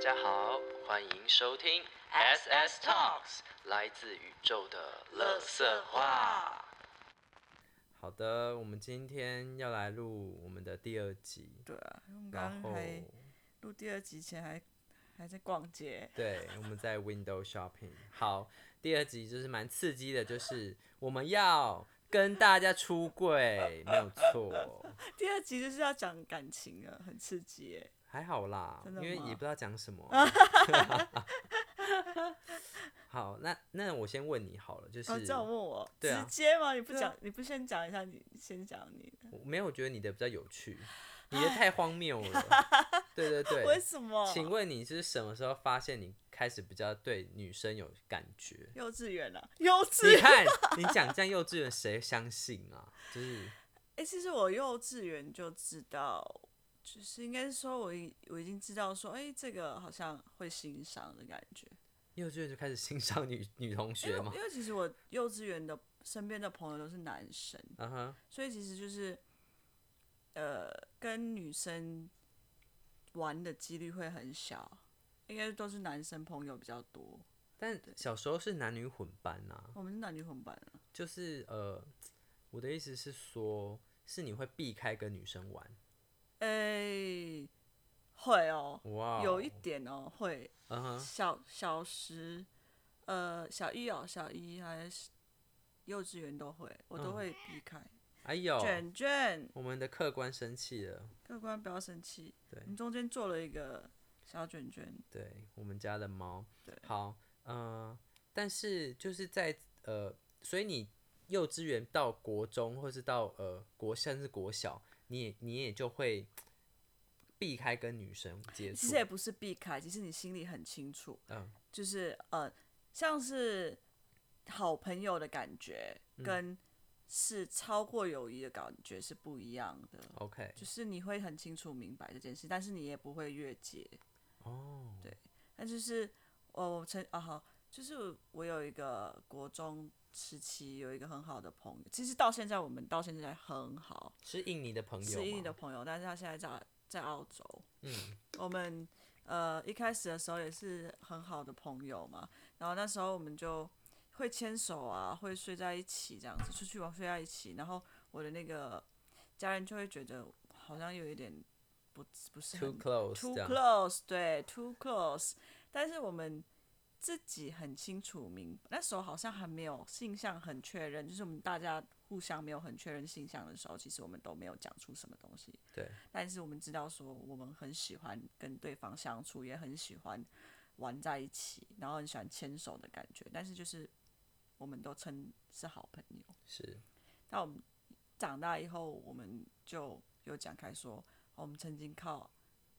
家好，欢迎收听 SS Talks，来自宇宙的乐色话。好的，我们今天要来录我们的第二集，对啊，因为我们然刚后刚还录第二集前还还在逛街，对，我们 在 Window Shopping。好，第二集就是蛮刺激的，就是我们要跟大家出柜，没有 错。第二集就是要讲感情啊，很刺激耶。还好啦，真因的为吗也不知道讲 什么。 好，那那我先问你好了，就是、然哦后这样问我，对啊直接吗？你不对啊讲，你不先讲一下，你先讲你的，我没有我觉得你的比较有趣，你的太荒谬 了。对对为对，什么？请问你是什么时候发现你开始比较对女生有感觉？幼稚园啊，幼稚你园。看，你讲这样幼稚园谁相信啊？就是哎、其实我幼稚园就知道，就是应该是说我已我已经知道说，哎、这个好像会欣赏的感觉。幼稚园就开始欣赏女女同因为学我嘛因。为其实我幼稚园的身边的朋友都是男生，嗯哼，所以其实就是，呃，跟女生玩的几率会很小，应该都是男生朋友比较多。但小时候是男女混班啊。我们是男女混班啊，就是呃，我的意思是说，是你会避开跟女生玩，哎、会哦，哇、有一，点哦，会嗯哼，小小时，呃，小一哦，小一还是幼稚园都会，我都嗯会避开。哎呦，卷卷，我们的客官生气了，客官不要生气，对我们中间做了一个小卷卷，对我们家的猫对，好，呃，但是就是在呃，所以你幼稚园到国中，或是到呃国甚至国小，你也你也就会避开跟女生接其触实，也不是避开，其实你心里很清楚，嗯，就是呃，像是好朋友的感觉，嗯跟是超过友谊的感觉是不一样的。 OK，就是你会很清楚明白这件事，但是你也不会越界。哦，对那就是我我曾啊好，就是我有一个国中时期有一个很好的朋友，其实到现在我们到现在很好，是印尼的朋友吗，是印尼的朋友，但是他现在在在澳洲。嗯，我们呃一开始的时候也是很好的朋友嘛，然后那时候我们就会牵手啊，会睡在一起这样子，出去玩睡在一起，然后我的那个家人就会觉得好像有一点不不是 Too 很 close， too 这样 close，对，too close，但是我们。自己很清楚明，那时候好像还没有性向很确认，就是我们大家互相没有很确认性向的时候，其实我们都没有讲出什么东西。对，但是我们知道说，我们很喜欢跟对方相处，也很喜欢玩在一起，然后很喜欢牵手的感觉。但是就是我们都称是好朋友。是。但我们长大以后，我们就有讲开说，哦我们曾经靠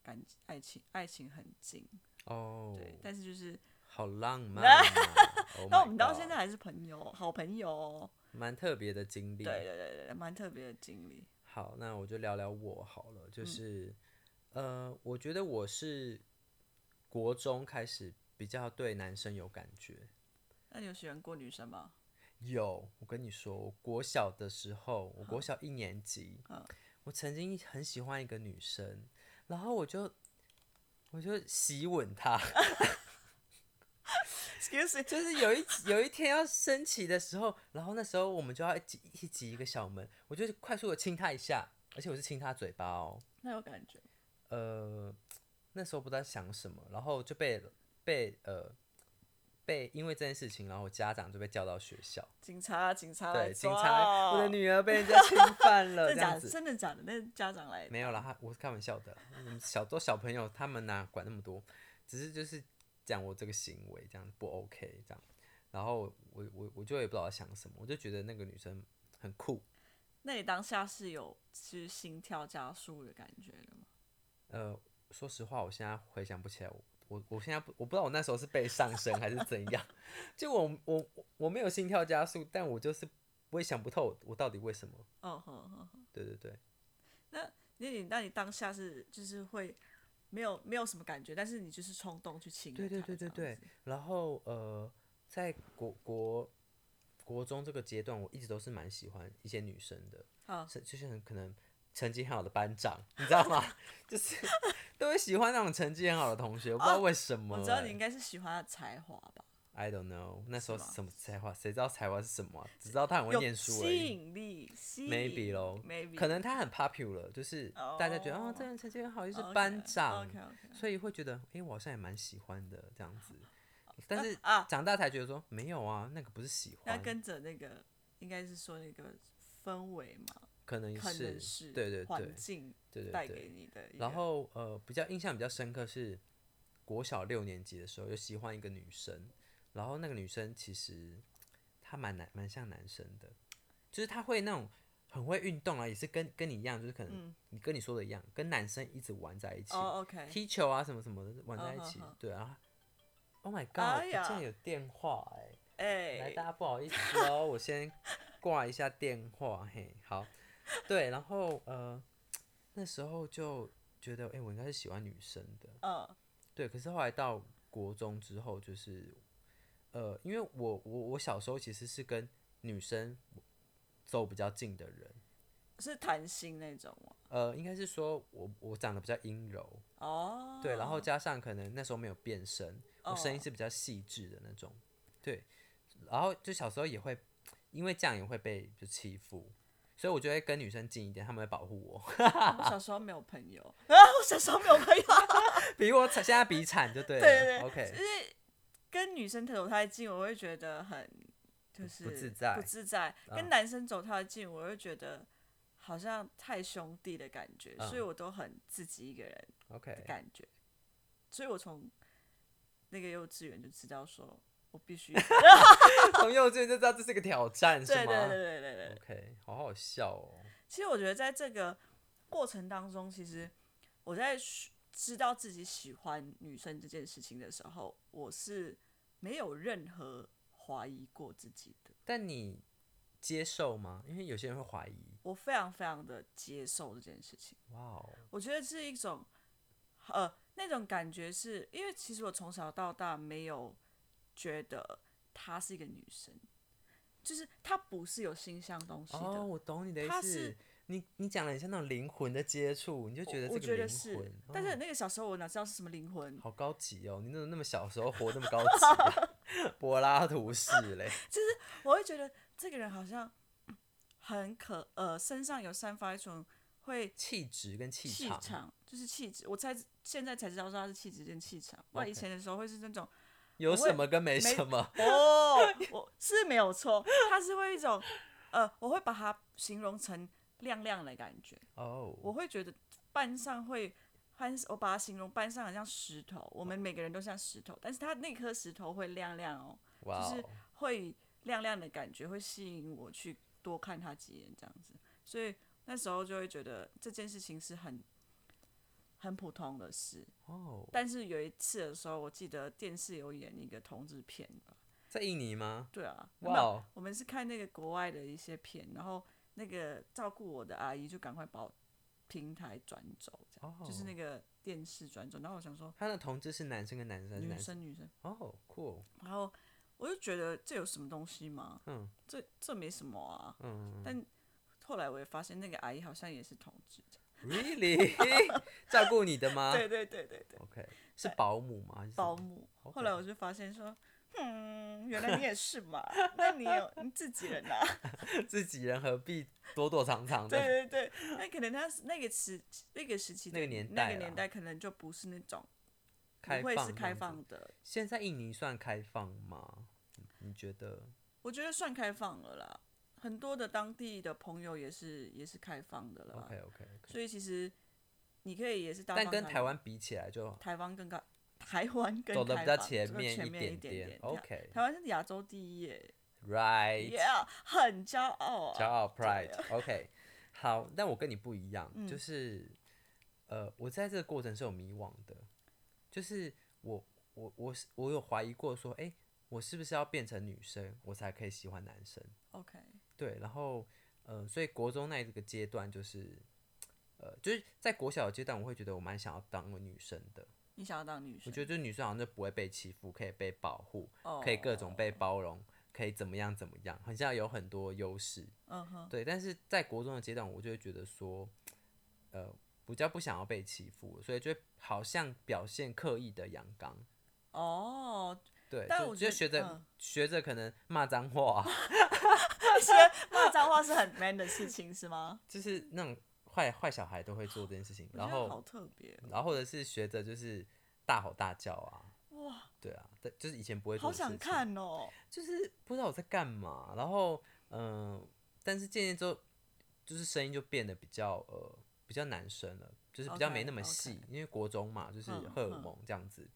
感爱情爱情很近，哦，对。但是就是，好浪漫、 啊 Oh 那 my 我们到 God 现在还是朋友，好朋友哦。蛮特别的经历。对对对对，蛮特别的经历。好，那我就聊聊我好了，就是、呃，我觉得我是国中开始比较对男生有感觉。那你有喜欢过女生吗？有，我跟你说，我国小的时候，我国小一年级，我曾经很喜欢一个女生，然后我就我就洗吻她。 Excuse me，就是有一有一天要升旗的时候，然后那时候我们就要一挤一挤一个小门，我就快速的亲他一下，而且我是亲他嘴巴哦。那有感觉吗。呃，那时候不知道想什么，然后就被被呃被因为这件事情，然后我家长就被叫到学校，警察，警察来对，警抓察，我的女儿被人家侵犯了，啊哦 这真的假样的？子。真的假的？那家长来，没有啦，他我是开玩笑的，嗯小都小朋友他们哪管那么多，只是就是讲我这个行为这样不 OK 这样，然后我我我就也不知道想什么，我就觉得那个女生很酷，那你当下是有是心跳加速的感觉的吗？呃，说实话，我现在回想不起来，我我我现在不我不知道我那时候是被上身还是怎样， 就我我我没有心跳加速，但我就是我也想不透我到底为什么，哦呵呵呵，对对对，那你那你当下是就是会没有没有什么感觉，但是你就是冲动去亲了对对他对对这样对子，然后呃，在国国国中这个阶段，我一直都是蛮喜欢一些女生的，好是就是很可能成绩很好的班长，你知道吗？ 就是都会喜欢那种成绩很好的同学，我不知道为什么、哦我欸。知道你应该是喜欢他的才华吧， I don't know，那时候是吗什么才华？谁知道才华是什么啊、只知道他很会有念书而吸已。引力，吸引 Maybe 咯 maybe 可能他很 popular，就是哦大家觉得哦，这人成绩很好，就是班长 OK OK，所以会觉得，诶，我好像也蛮喜欢的这样子。 但是啊长大才觉得说，没有啊，那个不是喜那欢，跟着那个应该是说那个氛围嘛，可能可是能是对对对环境对对带对给。你的一个。然后呃，比较印象比较深刻是国小六年级的时候，有喜欢一个女生，然后那个女生其实她蛮男蛮像男生的，就是她会那种很会运动啊，也是跟跟你一样，就是可能你跟你说的一样，跟男生一直玩在一起，嗯哦，OK、o k 踢球啊什么什么的玩在一嗯起哼哼对啊。Oh my god！、哎我呀竟然有电话哎、来，哎、大家不好意思哦，我先挂一下电话，嘿，好，对，然后呃，那时候就觉得，哎、我应该是喜欢女生的，嗯，对，可是后来到国中之后，就是呃，因为我我我小时候其实是跟女生走比较近的人，是谈心那种吗？呃，应该是说我我长得比较阴柔，哦，对，然后加上可能那时候没有变声，我声音哦是比较细致的那种，对，然后就小时候也会因为这样也会被就欺负，所以我就会跟女生近一点，她们会保护我， 我小时候没有朋友 啊，我小时候没有朋友，比我惨，现在比惨就对了对对对 o k 跟女生走太近，我会觉得很就是不自在嗯不自在。跟男生走太近，我会觉得好像太兄弟的感觉，嗯所以我都很自己一个人的 OK，感觉。所以我从那个幼稚园就知道说。我 必须对从幼稚园就知道这是个挑战，是对对吗对对对， ？OK，好好笑哦，其实我觉得在这个过程当中，其实我在学知道自己喜欢女生这件事情的时候，我是没有任何怀疑过自己的。但你接受吗？因为有些人会怀疑，我非常非常的接受这件事情，哇哦，我觉得是一种，呃，那种感觉是因为其实我从小到大没有觉得她是一个女生，就是她不是有心向东西的，哦，我懂你的意他思是。你你讲的很像那种灵魂的接触，你就觉得我这个觉灵得是魂，，但哦是那个小时候我哪知道是什么灵魂，好高级哦！你怎么那么小时候活那么高级、啊？ 柏拉图式嘞，我会觉得这个人好像很可呃，身上有散发一种会气质跟气气场，场，就是气质。我才现在才知道说他是气质跟气场，不然以 OK 前的时候会是那种有我会什么跟没没什 么？哦，我是没有错，他是会一种呃，我会把它形容成亮亮的感觉，哦，我会觉得班上会。班，我把它形容班上很像石头，我们每个人都像石头，但是他那颗石头会亮亮哦，哇哦、就是会亮亮的感觉会吸引我去多看他几眼这样子，所以那时候就会觉得这件事情是很很普通的事。哦，但是有一次的时候，我记得电视有演一个同志片吧，在印尼吗？对啊，哇那哦，我们是看那个国外的一些片，然后那个照顾我的阿姨就赶快把我平台转走，这样、就是那个电视转走，然后我想说哦他的同志是男生跟男生还是女男生？生女生，哦，酷，然后我就觉得这有什么东西吗？嗯这这没什么啊，嗯但后来我也发现，那个阿姨好像也是同志。 ，really 照顾你的吗对对对对对， ？OK，是保姆吗？还是什保么姆。 OK 后来我就发现说，嗯，原来你也是嘛？那你有你自己人啊？ 自己人何必躲躲藏藏的？对对对，那可能他是那个时那个时期的那个年那代啦个年代可能就不是那种开不会放是这开样子放的，现在印尼算开放吗？你你觉得？我觉得算开放了啦。很多的当地的朋友也是也是开放的了啦 OK OK OK，所以其实你可以也是大但方跟啊开台放湾比起来就台湾更高，台湾更走得开比较放前走得面前一面点点点点。 OK 台湾是亚洲第一耶 right， ，Yeah，很骄傲骄啊。傲 pride。OK，好，但我跟你不一样，嗯就是呃，我在这个过程是有迷惘的，就是我我我是我有怀疑过说，诶，我是不是要变成女生，我才可以喜欢男生？ OK，对，然后呃，所以国中那一个阶段就是。呃，就是在国小的阶段，我会觉得我蛮想要当个女生的。你想要当女生？我觉得就是女生好像就不会被欺负，可以被保护，得可以各种。被包容，可以怎么样怎么样，好像有很多优势。嗯哼，对，但是在国中的阶段，我就会觉得说，呃比较不想要被欺负，所以就好像表现刻意的阳刚。哦，对，但就我就觉得学着、嗯学着可能骂脏话啊、 骂脏话是很 man 的事情是吗？就是那种坏坏小孩都会做这件事情，我觉然得后好特别哦，然后或者是学着就是大吼大叫啊，哇，对啊，但就是以前不会做好的事情，想看哦。就是不知道我在干嘛。然后嗯、呃但是渐渐之后，就是声音就变得比较呃比较男生了，就是比较没那么 OK，OK 细因为国中嘛，就是嗯荷尔嗯蒙这样子，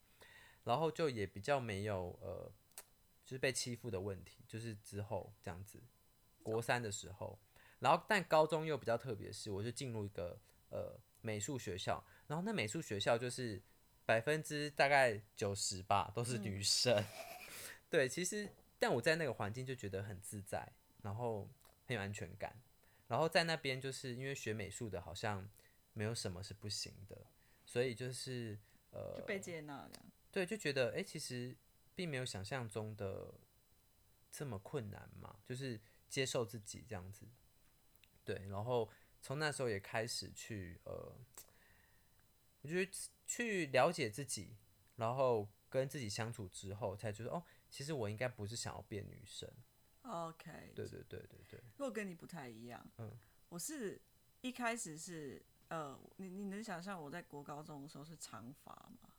然后就也比较没有呃就是被欺负的问题，就是之后这样子，国三的时候，然后但高中又比较特别是，我是进入一个呃美术学校，然后那美术学校就是百分之大概九十吧都嗯是女生， 对，其实但我在那个环境就觉得很自在，然后很有安全感，然后在那边就是因为学美术的好像没有什么是不行的，所以就是呃就被接纳这样。对，就觉得哎、诶其实并没有想象中的这么困难嘛，就是接受自己这样子。对，然后从那时候也开始去呃，我觉得去了解自己，然后跟自己相处之后，才觉得哦，其实我应该不是想要变女生。 OK，对对对对对，如果跟你不太一样，嗯，我是一开始是呃，你你能想象我在国高中的时候是长发吗？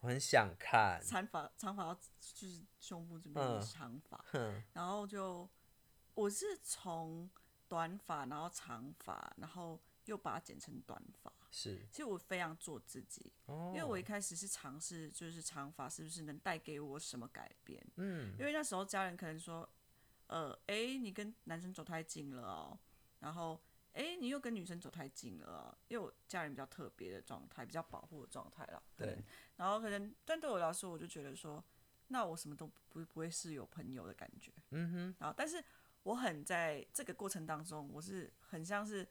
我很想看，长发长发到就是胸部这边嗯是长发，哼，然后就我是从短发，然后长发，然后又把它剪成短发。是其实我非常做自己，哦，因为我一开始是尝试，就是长发是不是能带给我什么改变？嗯因为那时候家人可能说，呃，诶，你跟男生走太近了哦，然后诶，你又跟女生走太近了哦、因为我家人比较特别的状态，比较保护的状态啦，可能对，然后可能，但对我来说，我就觉得说，那我什么都不不会是有朋友的感觉，嗯哼，然后但是我很在这个过程当中，我是很像是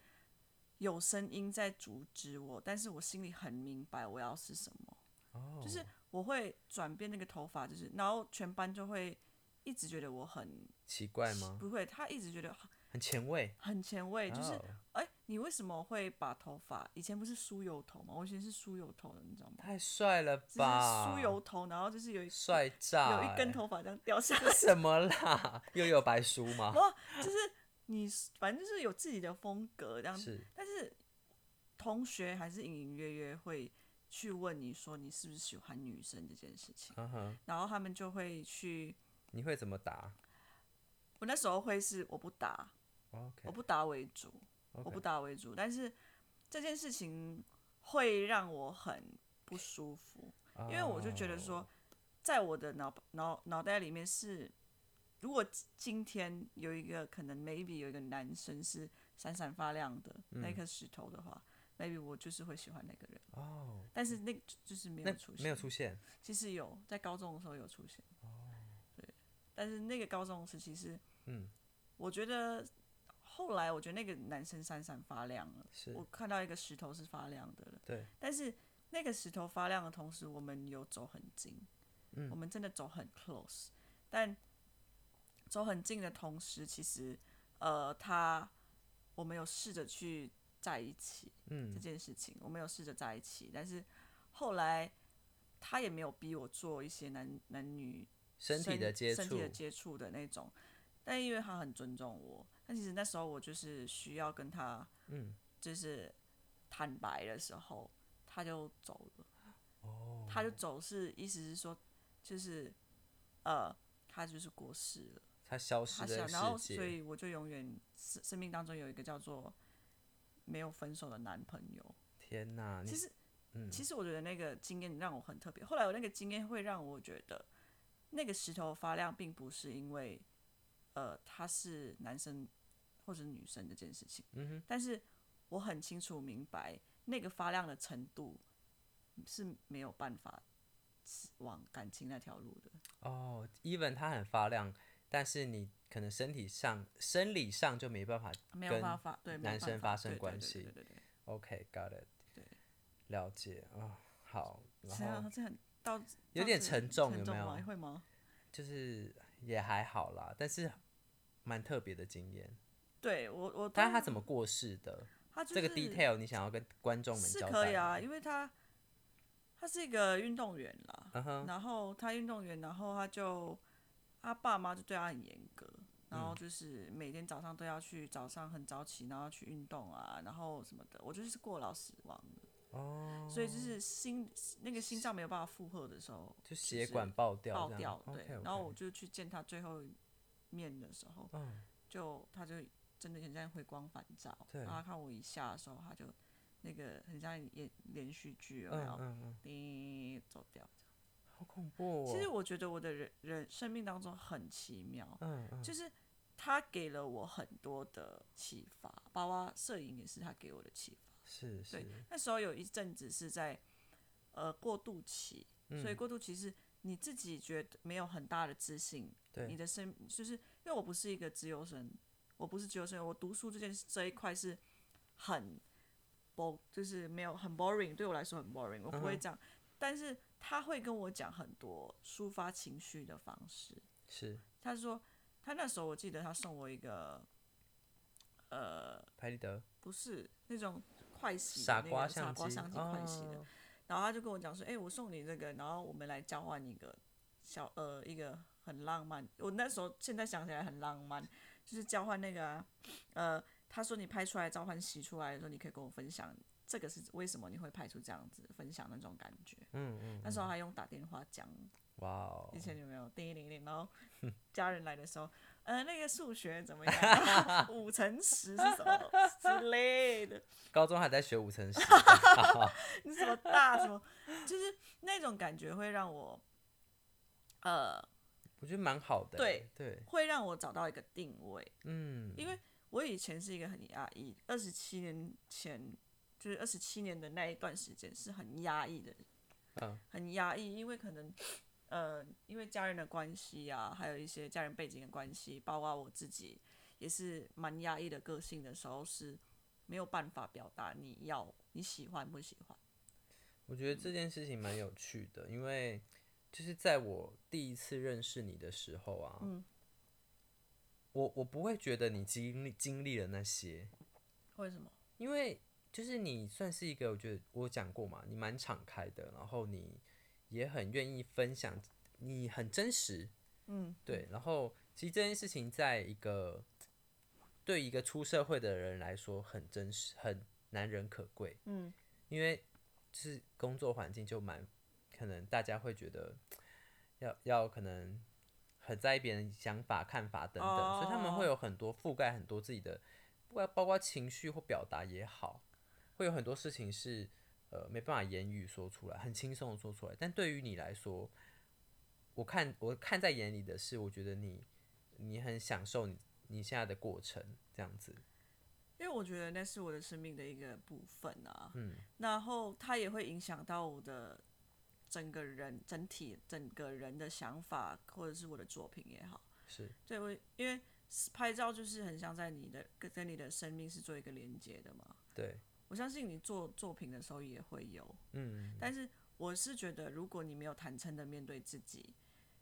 有声音在阻止我，但是我心里很明白我要是什么。哦，就是我会转变那个头发，就是然后全班就会一直觉得我很奇怪吗？不会，他一直觉得很很前卫，很前卫，就是哦哎、你为什么会把头发？以前不是梳油头吗？我以前是梳油头的，你知道吗？太帅了就是吧！梳油头，然后就是有一帅炸、有一根欸头发这样掉下来这，什么啦？ 又有白书吗？哇，就是你反正就是有自己的风格这样子，是但是同学还是隐隐约约会去问你说你是不是喜欢女生这件事情，嗯哼，然后他们就会去。你会怎么答我那时候会是我不打， ？OK，我不打为主我不打为主。但是这件事情会让我很不舒服，因为我就觉得哦说，在我的脑脑脑袋里面是，如果今天有一个可能，maybe 有一个男生是闪闪发亮的、嗯那颗石头的话，maybe 我就是会喜欢那个人。哦，哦但是那个就是没那有出现，没有出现，其实有在高中的时候有出现。哦，对，但是那个高中时期是，嗯，我觉得后来我觉得那个男生闪闪发亮了，是我看到一个石头是发亮的了，对，但是那个石头发亮的同时，我们有走很近，嗯我们真的走很 close，但走很近的同时，其实呃，他我们有试着去在一起，这嗯，件事情，我们有试着在一起，但是后来他也没有逼我做一些男男女身体的接身触体的接触的那种，但因为他很尊重我，但其实那时候我就是需要跟他，嗯，就是坦白的时候，他就走了，哦，他就走是意思是说，就是呃，他就是过世了。它消他失想，的然后世所界，以我就永远生生命当中有一个叫做没有分手的男朋友。天哪！你其实，嗯其实我觉得那个经验让我很特别。后来我那个经验会让我觉得，那个石头发亮并不是因为呃他是男生或者女生这件事情，嗯哼，但是我很清楚明白那个发亮的程度是没有办法往感情那条路的。哦，even 它很发亮，但是你可能身体上、生理上就没办法没有跟办法，对，没有男办生法发生对对关对对系对对对，OK，got it，对，了解啊、哦好，然是啊后，这很到有点沉重沉有重没吗有会吗？就是也还好啦，但是蛮特别的经验。对我我但当是他怎么过世的？他就是这个 detail 你想要跟观众们是交代吗？可以啊，因为他他是一个运动员啦，嗯哼，然后他运动员，然后他就他爸妈就对他很严格，然嗯后就是每天早上都要去早上很早起，然后去运动啊，然后什么的，我就是过劳死亡的。哦，所以就是心那个心脏没有办法负荷的时候，就血管爆掉爆这样，掉，对。 OK，OK 然后我就去见他最后一面的时候，就他就真的很像回光返照。嗯对然后他看我一下的时候，他就那个很像演连续剧有没嗯有？嗯嗯，叮走掉。好恐怖哦。其实我觉得我的人人生命当中很奇妙，嗯嗯就是他给了我很多的启发，包括摄影也是他给我的启发。是对是，那时候有一阵子是在呃过渡期，嗯所以过渡期是你自己觉得没有很大的自信，你对的生就是因为我不是一个自由生，我不是自由生，我读书这件事这一块是很 bo 就是没有很 boring，对我来说很 boring，我不会这样。但是他会跟我讲很多抒发情绪的方式。是他说他那时候我记得他送我一个拍立得不是那种快洗的傻那瓜个傻相机，瓜相机快洗的，哦然后他就跟我讲说，哎、我送你这个，然后我们来交换一个小呃一个很浪漫，我那时候现在想起来很浪漫，就是交换那个啊、呃，他说你拍出来照片洗出来的时候，你可以跟我分享这个是为什么你会拍出这样子分享那种感觉。嗯嗯，那时候还用打电话讲，哇哦以，前有没有叮铃铃，然后家人来的时候。呃，那个数学怎么样？五乘十是什么之类的？高中还在学五乘 十，你什么大什么，就是那种感觉会让我，呃，我觉得蛮好的欸。对对，会让我找到一个定位。嗯，因为我以前是一个很压抑，二十七年前就是二十七年的那一段时间是很压抑的，嗯很压抑，因为可能呃，因为家人的关系啊，还有一些家人背景的关系，包括我自己也是蛮压抑的个性的时候是。没有办法表达你要你喜欢不喜欢，我觉得这件事情蛮有趣的，因为就是在我第一次认识你的时候啊，嗯我我不会觉得你经历经历了那些，为什么？因为就是你算是一个，我觉得我讲过嘛，你蛮敞开的，然后你也很愿意分享，你很真实，嗯，对。然后其实这件事情，在一个对一个出社会的人来说，很真实，很难人可贵，嗯，因为就是工作环境就蛮可能大家会觉得要要可能。很在意别人想法、看法等等所以他们会有很多覆盖很多自己的不管包括情绪或表达也好，会有很多事情是呃没办法言语说出来，很轻松的说出来。但对于你来说，我看我看在眼里的是，我觉得你你很享受你你现在的过程，这样子。因为我觉得那是我的生命的一个部分啊，嗯，然后它也会影响到我的整个人整体整个人的想法，或者是我的作品也好，是对我因为拍照就是很像在你的跟跟你的生命是做一个连接的嘛，对，我相信你做作品的时候也会有，嗯，但是我是觉得，如果你没有坦诚的面对自己，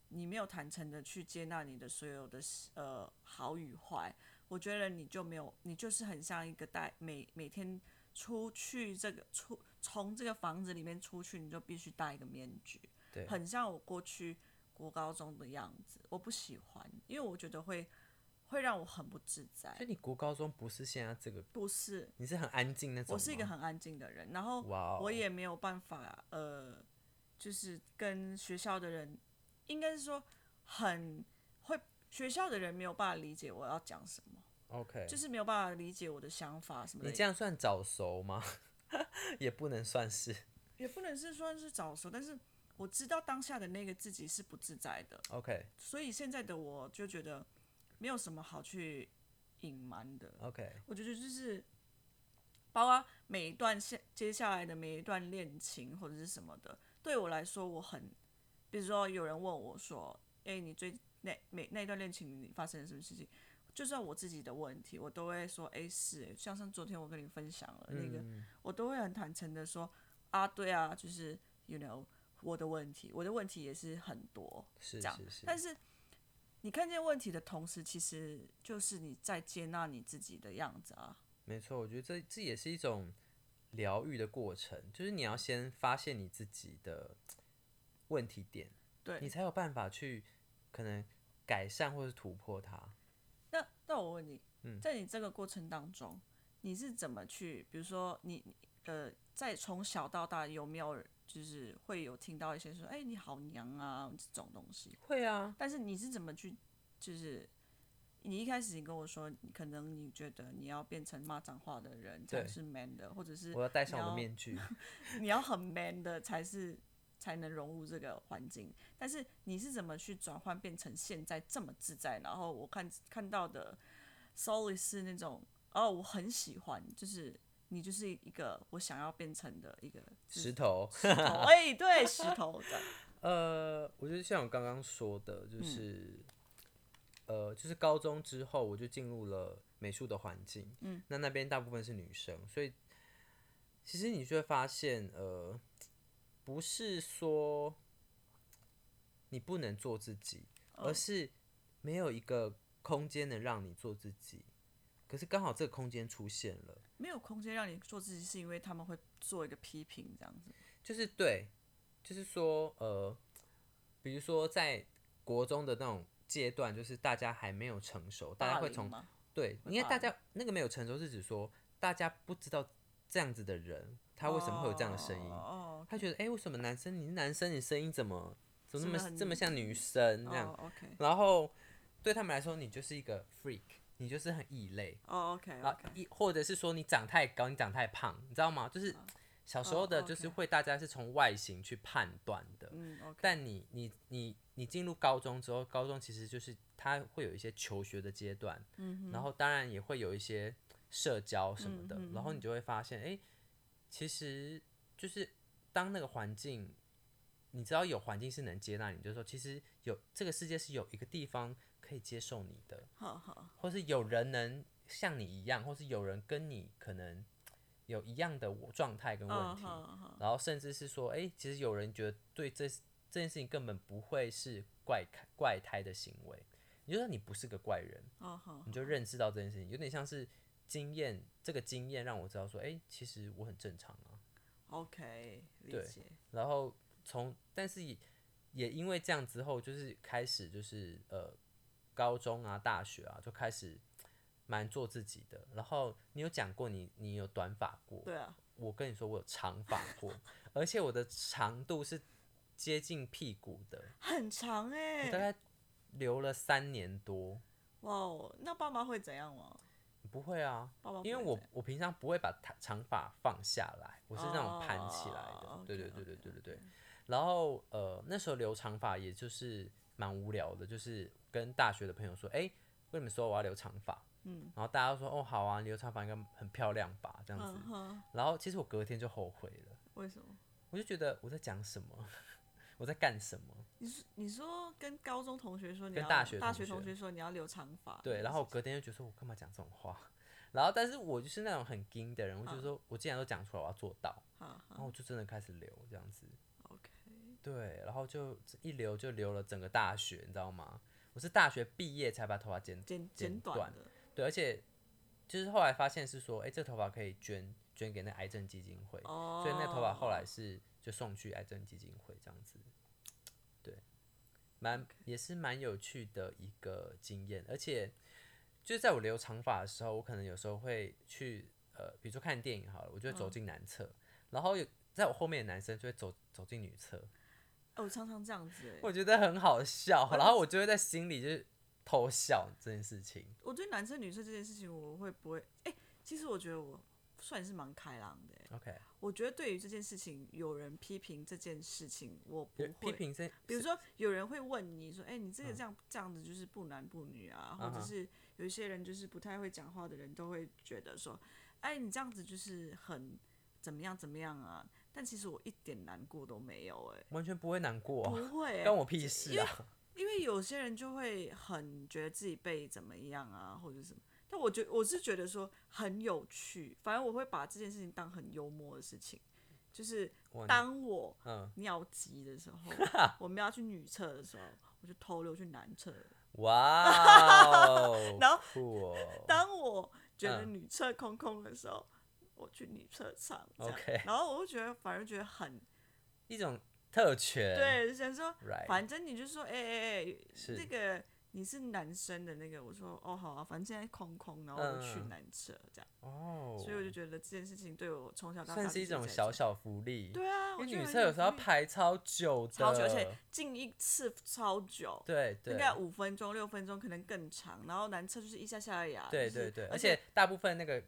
你没有坦诚的去接纳你的所有的呃好与坏，我觉得你就没有，你就是很像一个带每每天出去这个出从这个房子里面出去，你就必须戴一个面具，对很像我过去国高中的样子，我不喜欢，因为我觉得会会让我很不自在所以。你国高中不是现在这个，不是，你是很安静那种吗。我是一个很安静的人，然后哇哦我也没有办法，呃，就是跟学校的人，应该是说很会，学校的人没有办法理解我要讲什么， OK，就是没有办法理解我的想法什么你的。这样算早熟吗？ 也不能算是。也不能是说是早熟，但是我知道当下的那个自己是不自在的， OK 所以现在的我就觉得没有什么好去隐瞒的。 OK，我觉得就是，包括每一段下接下来的每一段恋情或者是什么的，对我来说，我很，比如说有人问我说：“哎、你最那每那一段恋情你发生了什么事情？”就算我自己的问题，我都会说：“哎、是、诶像上昨天我跟你分享了那个，嗯我都会很坦诚的说：啊，对啊，就是，you know，我的问题，我的问题也是很多，是这样是是，但是你看见问题的同时，其实就是你在接纳你自己的样子啊。没错，我觉得这这也是一种疗愈的过程，就是你要先发现你自己的问题点，你对，才有办法去可能改善或是突破它。那那我问你，嗯在你这个过程当中，你是怎么去，比如说你呃，在从小到大有没有就是会有听到一些说，哎、你好娘啊这种东西？会啊，但是你是怎么去，就是你一开始你跟我说，你可能你觉得你要变成骂脏话的人才对是 man 的，或者是我要戴上你我的要面具。你要很 man 的才是才能融入这个环境。但是你是怎么去转换变成现在这么自在？然后我看看到的 Soli 是那种哦，我很喜欢，就是你就是一个我想要变成的一个石头，石 头，哎、对，石头的，呃，我觉得像我刚刚说的，就是、呃，就是高中之后我就进入了美术的环境，嗯，那那边大部分是女生，所以其实你就会发现，呃，不是说你不能做自己，而是没有一个空间能让你做自己。可是刚好这个空间出现了，没有空间让你做自己，是因为他们会做一个批评这样子。就是对，就是说呃，比如说在国中的那种阶段，就是大家还没有成熟，大家霸会凌从吗？对，会应该大霸家那个没有成熟是指说大家不知道这样子的人他为什么会有这样的声音，哦，他觉得哎、诶为什么男生你是男生你声音怎么怎么是不那是么很这么像女生哦这样， ，OK，然后对他们来说你就是一个 freak，你就是很异类，哦，OK，OK，、啊，一或者是说你长太高，你长太胖，你知道吗？就是小时哦候的，就是，OK 会大家是从外形去判断的。嗯，OK，但你你你你进入高中之后，高中其实就是它会有一些求学的阶段，嗯然后当然也会有一些社交什么的，嗯嗯然后你就会发现，哎、其实就是当那个环境，你知道有环境是能接纳你，就是说其实有这个世界是有一个地方可以接受你的，好好，或是有人能像你一样，或是有人跟你可能有一样的我状态跟问嗯，题，好好，然后甚至是说，哎、其实有人觉得对这这件事情根本不会是怪咖怪胎的行为，你就说你不是个怪人，好好你，就认识到这件事情，有点像是经验，这个经验让我知道说，哎、其实我很正常啊。 OK，理对解。然后从，但是也也因为这样之后，就是开始就是呃，高中啊、大学啊，就开始蛮做自己的。然后你有讲过你你有短发过，对啊，我跟你说我有长发过，而且我的长度是接近屁股的，很长哎、我大概留了三年多。哇哦，那爸妈会怎样吗？不会啊，爸妈不因为会我怎样我平常不会把它长发放下来，我是那种盘起来哦的。嗯对对对对 OK，OK，对对对。然后呃，那时候留长发也就是蛮无聊的，就是跟大学的朋友说，哎、为什么说我要留长发？嗯，然后大家都说，哦，好啊，你留长发应该很漂亮吧，这样子嗯。哼，然后其实我隔天就后悔了，为什么？我就觉得我在讲什么， 我在干什么？你说你说跟高中同学说你跟要大学同大学同学学说你要留长发，对，然后我隔天就觉得说我干嘛讲这种话？然后，但是我就是那种很硬的人，我嗯就说，我既然都讲出来，我要做到。好然后我就真的开始留这样子， ，OK，对，然后就一留就留了整个大学，你知道吗？我是大学毕业才把头发剪，简剪简短的，对，而且就是后来发现是说，哎、这头发可以捐捐给那癌症基金会，哦，所以那头发后来是就送去癌症基金会这样子，对，蛮也是蛮有趣的一个经验，而且就是在我留长发的时候，我可能有时候会去呃，比如说看电影好了，我就会走进男厕，然后有在我后面的男生就会走走进女厕，哎，我常常这样子哎、我觉得很好笑，我然后我就会在心里就是偷笑这件事情，我对男生女生这件事情我会不会哎、其实我觉得我算是蛮开朗的、哎 OK，我觉得对于这件事情，有人批评这件事情，我不有批会评是比如说有人会问你说：“哎、你这个这样、这样子就是不男不女啊，或嗯者哼是有一些人就是不太会讲话的人都会觉得说，哎、你这样子就是很怎么样怎么样啊。”但其实我一点难过都没有、哎，完全不会难过、啊，不会、关哎我屁事啊。因为有些人就会很觉得自己被怎么样啊，或者什么。但我觉我是觉得说很有趣，反正我会把这件事情当很幽默的事情，就是哦哇你当我嗯尿急的 时候，我们要去女厕的时候，我就偷溜去男厕。哇哦 然后酷哦！当我觉得嗯女厕空空的时候，我去女厕上这样 OK 然后我就觉得反而觉得很一种特权，对，想说 Right 反正你就说，哎哎哎，是那个你是男生的那个，我说哦好啊，反正现在空空，然后我就去嗯男厕这样，哦，所以我就觉得这件事情对我从小到大算是一就是种在小做小福利。对啊，因我为觉得女很厕有有时候要福利排超久的，超久，而且进一次超久，对对应该五分钟、六分钟，可能更长。然后男厕就是一下下而已啊，对就是对对，而而且大部分那个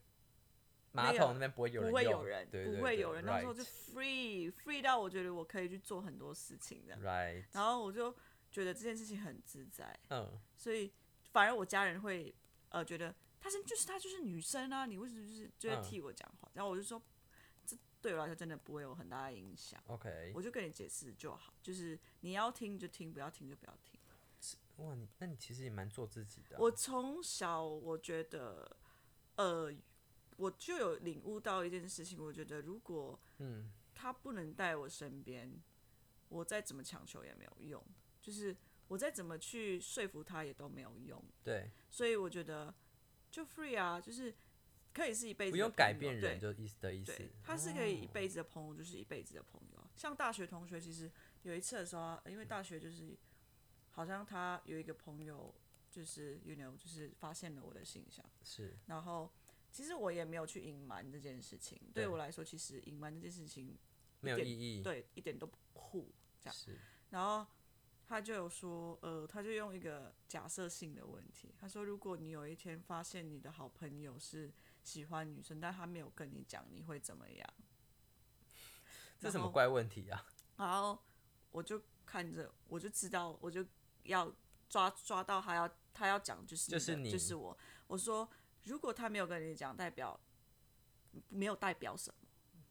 马那个桶那边不会有不人会有用人，对不对会对有人。那时候就 right， free free 到我觉得我可以去做很多事情的， right，然后我就觉得这件事情很自在，嗯，所以反而我家人会呃觉得她是就是她就是女生啊，你为什么就是就在嗯替我讲话？然后我就说，这对我来说真的不会有很大的影响。 OK，我就跟你解释就好，就是你要听就听，不要听就不要听。哇，你那你其实也蛮做自己的啊、我从小我觉得，呃，我就有领悟到一件事情，我觉得如果嗯他不能在我身边，我再怎么强求也没有用，就是我再怎么去说服他也都没有用，对，所以我觉得就 free 啊，就是可以是一辈子不的用朋改友变人对就意思的意思哦对，，他是可以一辈子的朋友，就是一辈子的朋友。像大学同学，其实有一次的时候啊、因为大学就是好像他有一个朋友，就是 you know，就是发现了我的信箱，是然后其实我也没有去隐瞒这件事情。对对我来说，其实隐瞒这件事情，没有点意义，，对一点都不酷。这样是然后他就有说，呃，他就用一个假设性的问题，他说，如果你有一天发现你的好朋友是喜欢女生，但他没有跟你讲，你会怎么样？这什然么后怪问题啊？ 然后我就看着，我就知道，我就要抓抓到他要他要讲就是就那是个你就是我。我说如果他没有跟你讲，代表没有代表什么。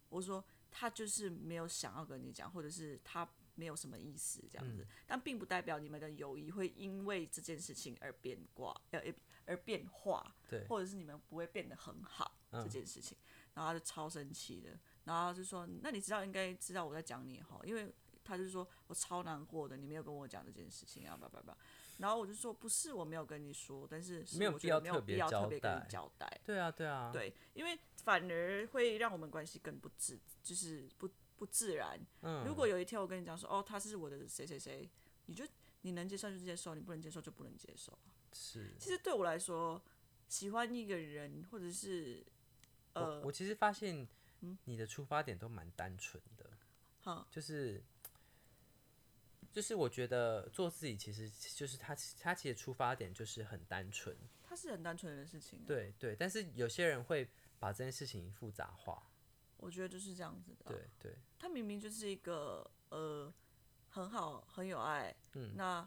我说他就是没有想要跟你讲，或者是他没有什么意思这嗯样子，但并不代表你们的友谊会因为这件事情而变卦，呃，而而变化。对，或者是你们不会变得很好、嗯这件事情，然后他就超生气的，然后他就说：“那你知道应该知道我在讲你哈，因为他就说我超难过的，你没有跟我讲这件事情啊，叭叭叭。”然后我就说：“不是我没有跟你说，但是是没有我必觉要得没有特别必要特交别跟代你交代，对啊，对啊，对，因为反而会让我们关系更不自，就是不不自然。嗯，如果有一天我跟你讲说哦，他是我的谁谁谁，你就你能接受就接受，你不能接受就不能接受。”是。其实对我来说，喜欢一个人或者是我呃，嗯我其实发现你的出发点都蛮单纯的，好，就是就是我觉得做自己其实就是他他其实出发点就是很单纯，它是很单纯的事情、啊。，对对，但是有些人会把这件事情复杂化，我觉得就是这样子的啊、对对，他明明就是一个呃很好、很有爱，嗯，那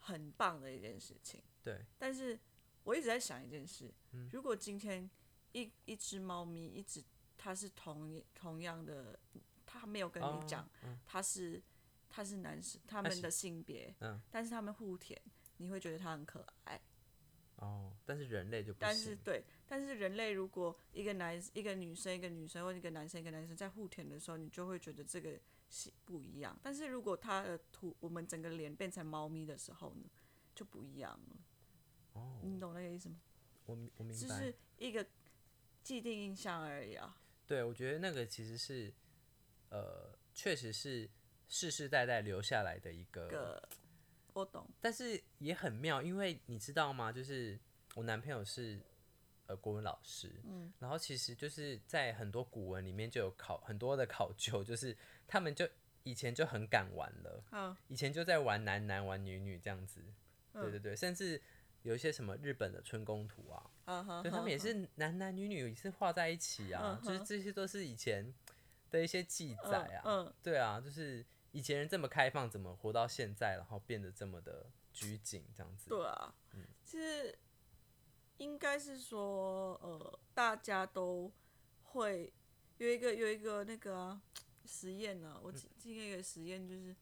很棒的一件事情。对，但是我一直在想一件事，嗯如果今天一一只猫咪，一直它是同同样的，它没有跟哦你讲，它是它是男生，他们的性别，嗯，但是他们互舔，你会觉得它很可爱。哦，但是人类就不但是行，对，但是人类如果一个男一个女生一个女生或一个男生一个男生在互舔的时候，你就会觉得这个是不一样。但是如果他的图我们整个脸变成猫咪的时候呢，就不一样了。哦，你懂那个意思吗？我明我明只白是，一个既定印象而已啊。对我觉得那个其实是呃，确实是世世代代留下来的一个，个呃我懂，但是也很妙，因为你知道吗？就是我男朋友是。呃，国文老师，嗯，然后其实就是在很多古文里面就有考很多的考究，就是他们就以前就很敢玩了，嗯，以前就在玩男男玩女女这样子，对对对，甚至有一些什么日本的春宫图啊，嗯嗯哼，对他们也哼是男男女女也是画在一起啊，就是这些都是以前的一些记载啊，嗯嗯对啊，就是以前人这么开放，怎么活到现在，然后变得这么的拘谨这样子？对啊，其实应该是说，呃，大家都会有一个有一个那个、啊、实验呢、我记记得一个实验就是，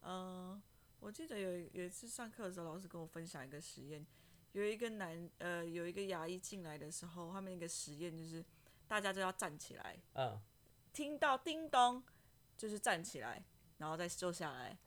呃，我记得有一有一次上课的时候，老师跟我分享一个实验，有一个男呃有一个牙医进来的时候，他们一个实验就是大家就要站起来，嗯，听到叮咚，就是站起来，然后再坐下来，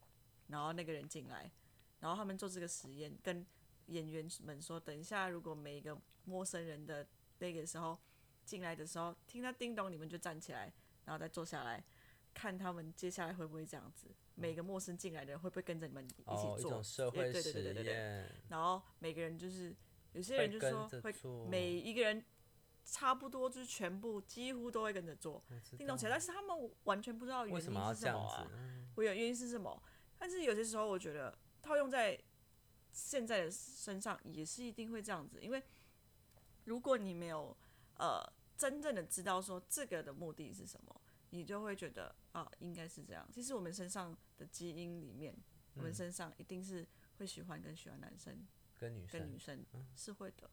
然后那个人进来，然后他们做这个实验，跟演员们说，等一下如果每一个陌生人的 Vegas 的时候，进来的时候听到叮咚，你们就站起来，然后再坐下来，看他们接下来会不会这样子。每个陌生进来的人会不会跟着你们一嗯哦，起一做？哎种社会对对对对实对对对。验，然后每个人就是有些会人就跟说着会做每一个人差不多就是全部几乎都会跟着做我知叮咚起道来，但是他们完全不知道原为因什么要是这什样么子啊，呢？我有原因是什么？但是有些时候我觉得套用在现在的身上也是一定会这样子，因为如果你没有呃真正的知道说这个的目的是什么，你就会觉得啊应该是这样。其实我们身上的基因里面，嗯我们身上一定是会喜欢跟喜欢男生跟女 跟生女生是会的，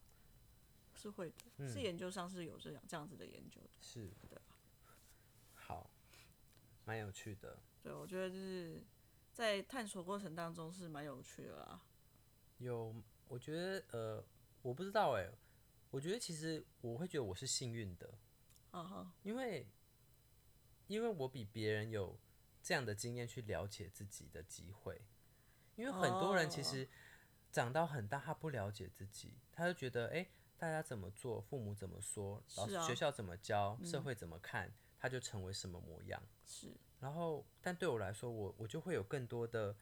是会的，嗯是研究上是有这样这样子的研究的。是对啊好，蛮有趣的。对，我觉得就是在探索过程当中是蛮有趣的啦。有，我觉得呃，我不知道哎、我觉得其实我会觉得我是幸运的，啊哈，因为因为我比别人有这样的经验去了解自己的机会，因为很多人其哦实长到很大，他不了解自己，他就觉得哎、诶大家怎么做，父母怎么说，老是师、啊学校怎么教，社会怎么看，他就成为什么模样。是然后，但对我来说，我我就会有更多的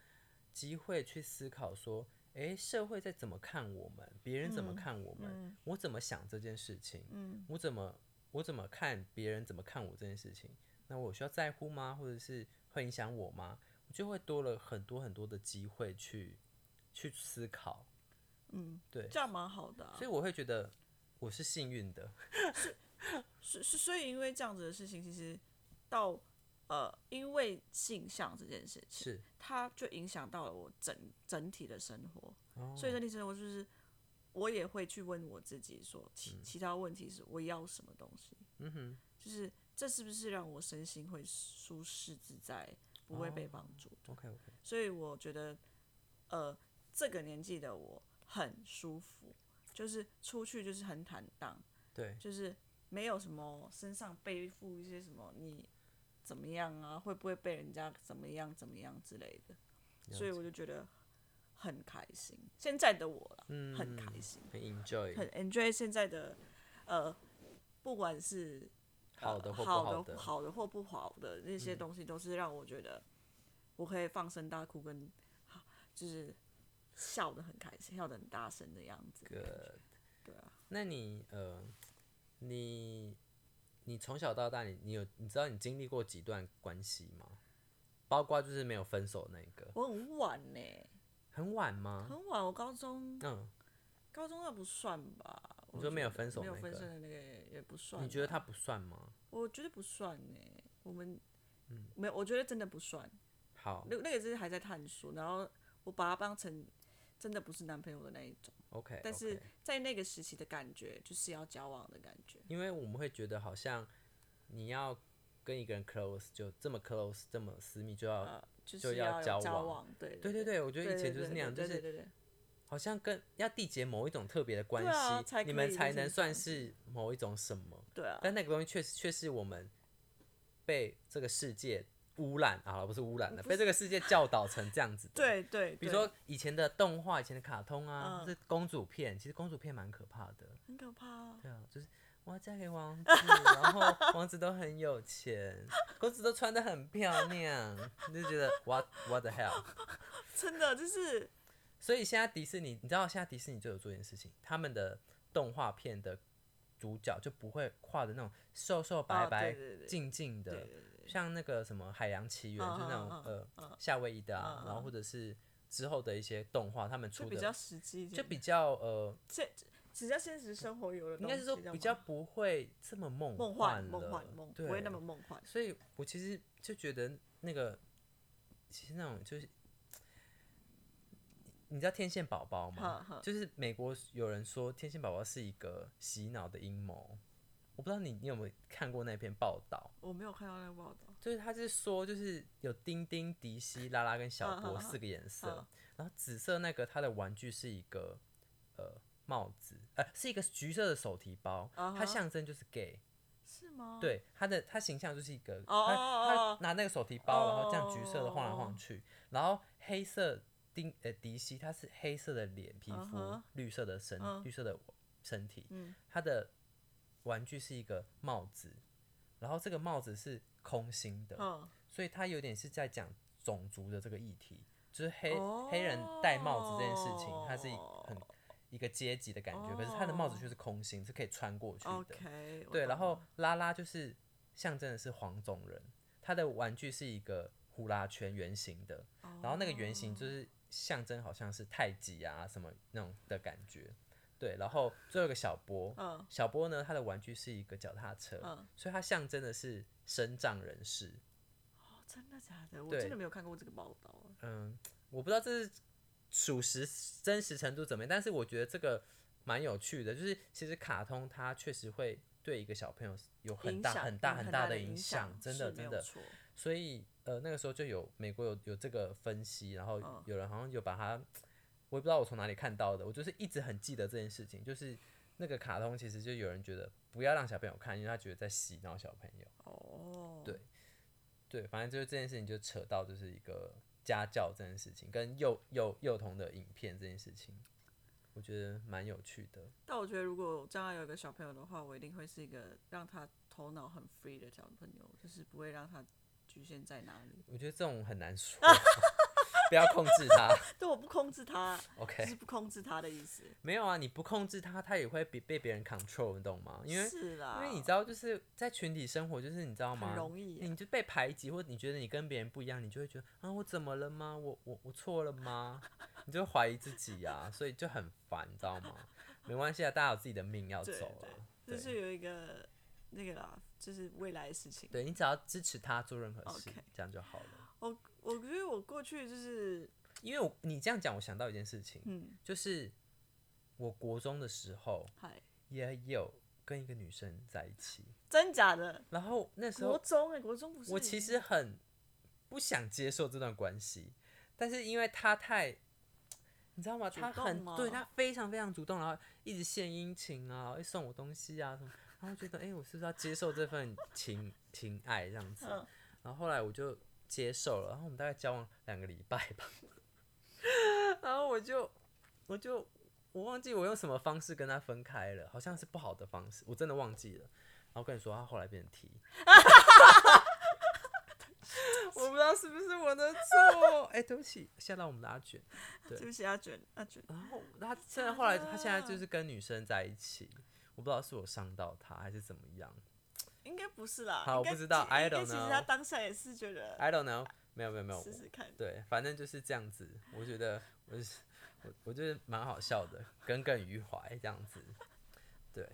机会去思考说，诶，社会在怎么看我们，别人怎嗯么看我们，我怎么想这件事情，嗯，我怎么我怎么看别人怎么看我这件事情，那我需要在乎吗？或者是会影响我吗？我就会多了很多很多的机会去去思考，对这样蛮好的、啊所。以我会觉得我是幸运的，是是，所以因为这样子的事情，其实到呃，因为性向这件事情，是它就影响到了我整整体的生活。哦所以整体生活就是我也会去问我自己说，其嗯其他问题是我要什么东西？嗯哼，就是这是不是让我身心会舒适自在，哦不会被帮助？ OK OK，所以我觉得，呃，这个年纪的我很舒服，就是出去就是很坦荡，对，就是没有什么身上背负一些什么你怎么样啊，会不会被人家怎么样怎么样之类的，所以我就觉得很开心。现在的我啦，嗯很开心，很 enjoy，很 enjoy 现在的呃，不管是好的或不呃好好的的，嗯好的或不好的那些东西，都是让我觉得我可以放声大哭跟，就是笑得很开心，笑得很大声的样子。 Good 对啊，那你呃，你你从小到大你，你有你知道你经历过几段关系吗？包括就是没有分手那一个，我很晚呢、很晚吗？很晚，我高中嗯，高中那不算吧？我你说没有觉得分手没有那分个手的那个也也不算吧。你觉得他不算吗？我觉得不算呢、我们嗯没有，我觉得真的不算。好那那个只是还在探索，然后我把它当成真的不是男朋友的那一种， ，OK，但是 OK 在那个时期的感觉就是要交往的感觉。因为我们会觉得好像你要跟一个人 close 就这么 close 这么私密就要，呃，就就是要有交交往对对对对对，我觉得以前对就是对那样，就对对是对对对好像跟要缔结某一种特别的关系，对啊才你可们以才就是能这算样子是某一种什么。对啊，但那个东西确实确实我们被这个世界污染啊，不是污染了，被这个世界教导成这样子的。，对对，比如对说以前的动画、以前的卡通啊，嗯是公主片，其实公主片蛮可怕的。很可怕啊，对啊，就是我要嫁给王子，然后王子都很有钱，公主都穿的很漂亮，你就觉得 what what the hell。真的就是所以现在迪士尼，你知道现在迪士尼就有做一件事情，他们的动画片的主角就不会画的那种瘦瘦白哦白对对、对静静的，像那个什么《海洋奇缘》嗯就是那种嗯呃夏威夷的啊，然后或者是之后的一些动画，他们就出比较的实际一就点，比较呃，现比较现实生活有的应东西，该是说这样比吗较不会这么梦梦幻梦了幻梦，不对，会那么梦幻。所以我其实就觉得那个，其实那种就是，你知道天线宝宝吗？哈哈就是美国有人说天线宝宝是一个洗脑的阴谋，我不知道你你有没有看过那篇报道？我没有看到那个报道，就是他是说，就是有丁丁、迪西、拉拉跟小哈哈波哈四个颜色哈，然后紫色那个它的玩具是一个呃帽子，呃是一个橘色的手提包，啊它哈象征就是 gay。是吗？，对，他的他形象就是一个，哦他哦他哦拿那个手提包，然后这样橘色的晃来哦晃去，然后黑色丁呃迪西，他是黑色的脸皮嗯肤哼，嗯绿色的身，绿色的身体，他的玩具是一个帽子，然后这个帽子是空心的，嗯，所以它有点是在讲种族的这个议题，就是黑、哦黑人戴帽子这件事情，它是一很一个阶级的感觉，可是他的帽子却是空心，是可以穿过去的。 OK，我对，然懂后了拉拉就是象征的是黄种人，他的玩具是一个呼啦圈圆形的，然后那个圆形哦就是象征好像是太极啊什么那种的感觉。对，然后最后一个小波，嗯小波呢，他的玩具是一个脚踏车，嗯所以它象征的是身障人士。哦真的假的？我对真的没有看过这个报道。嗯，我不知道这是属实真实程度怎么样，但是我觉得这个蛮有趣的，就是其实卡通它确实会对一个小朋友有很影大响很大嗯很很大的的影响，真的是没真有的，错所以呃那个时候就有美国有有这个分析，然后嗯有人好像有把它，我也不知道我从哪里看到的，我就是一直很记得这件事情，就是那个卡通其实就有人觉得不要让小朋友看，因为他觉得在洗脑小朋友。哦。对对，反正就是这件事情就扯到就是一个家教这件事情，跟幼幼幼童的影片这件事情，我觉得蛮有趣的。但我觉得，如果将来有一个小朋友的话，我一定会是一个让他头脑很 free 的小朋友，就是不会让他局限在哪里。我觉得这种很难说， 不要控制它。 对，我不控制他， 就 OK，是不控制他的意思。没有啊，你不控制它，它也会被被别人 control，你懂吗？因为是啦，因为你知道，就是在群体生活，就是你知道吗？很容易耶你就被排挤，或者你觉得你跟别人不一样，你就会觉得啊，我怎么了吗？我我我错了吗？ 你就会怀疑自己呀、所以就很烦，你知道吗？没关系啊，大家有自己的命要走啊对了。就对是有一个那个啦，就是未来的事情。对你只要支持他做任何事 OK 这样就好了。我我觉得我过去就是因为我你这样讲，我想到一件事情，嗯，就是我国中的时候嗨，也有跟一个女生在一起，真假的？然后那时候国中哎、国中不是我其实很不想接受这段关系，但是因为他太，你知道吗？主他动很吗对他非常非常主动，然后一直献殷勤啊，会送我东西啊什么，然后觉得哎、诶我是不是要接受这份情情爱这样子？嗯然后后来我就接受了，然后我们大概交往两个礼拜吧， 然后我就我就我忘记我用什么方式跟他分开了，好像是不好的方式，我真的忘记了。然后跟你说，他后来变成 T。我不知道是不是我的错， 哎、对不起，吓到我们的阿卷。对不起阿卷阿卷，然后他现在后来，他现在就是跟女生在一起，我不知道是我伤到他还是怎么样应该不是啦。好应该我不知道其应 I 该 don't 其实 know 他当下也是觉得，I don't know，没有没有没有，试试看。对，反正就是这样子。我觉得我是我我觉得蛮好笑的，耿耿于怀这样子。对，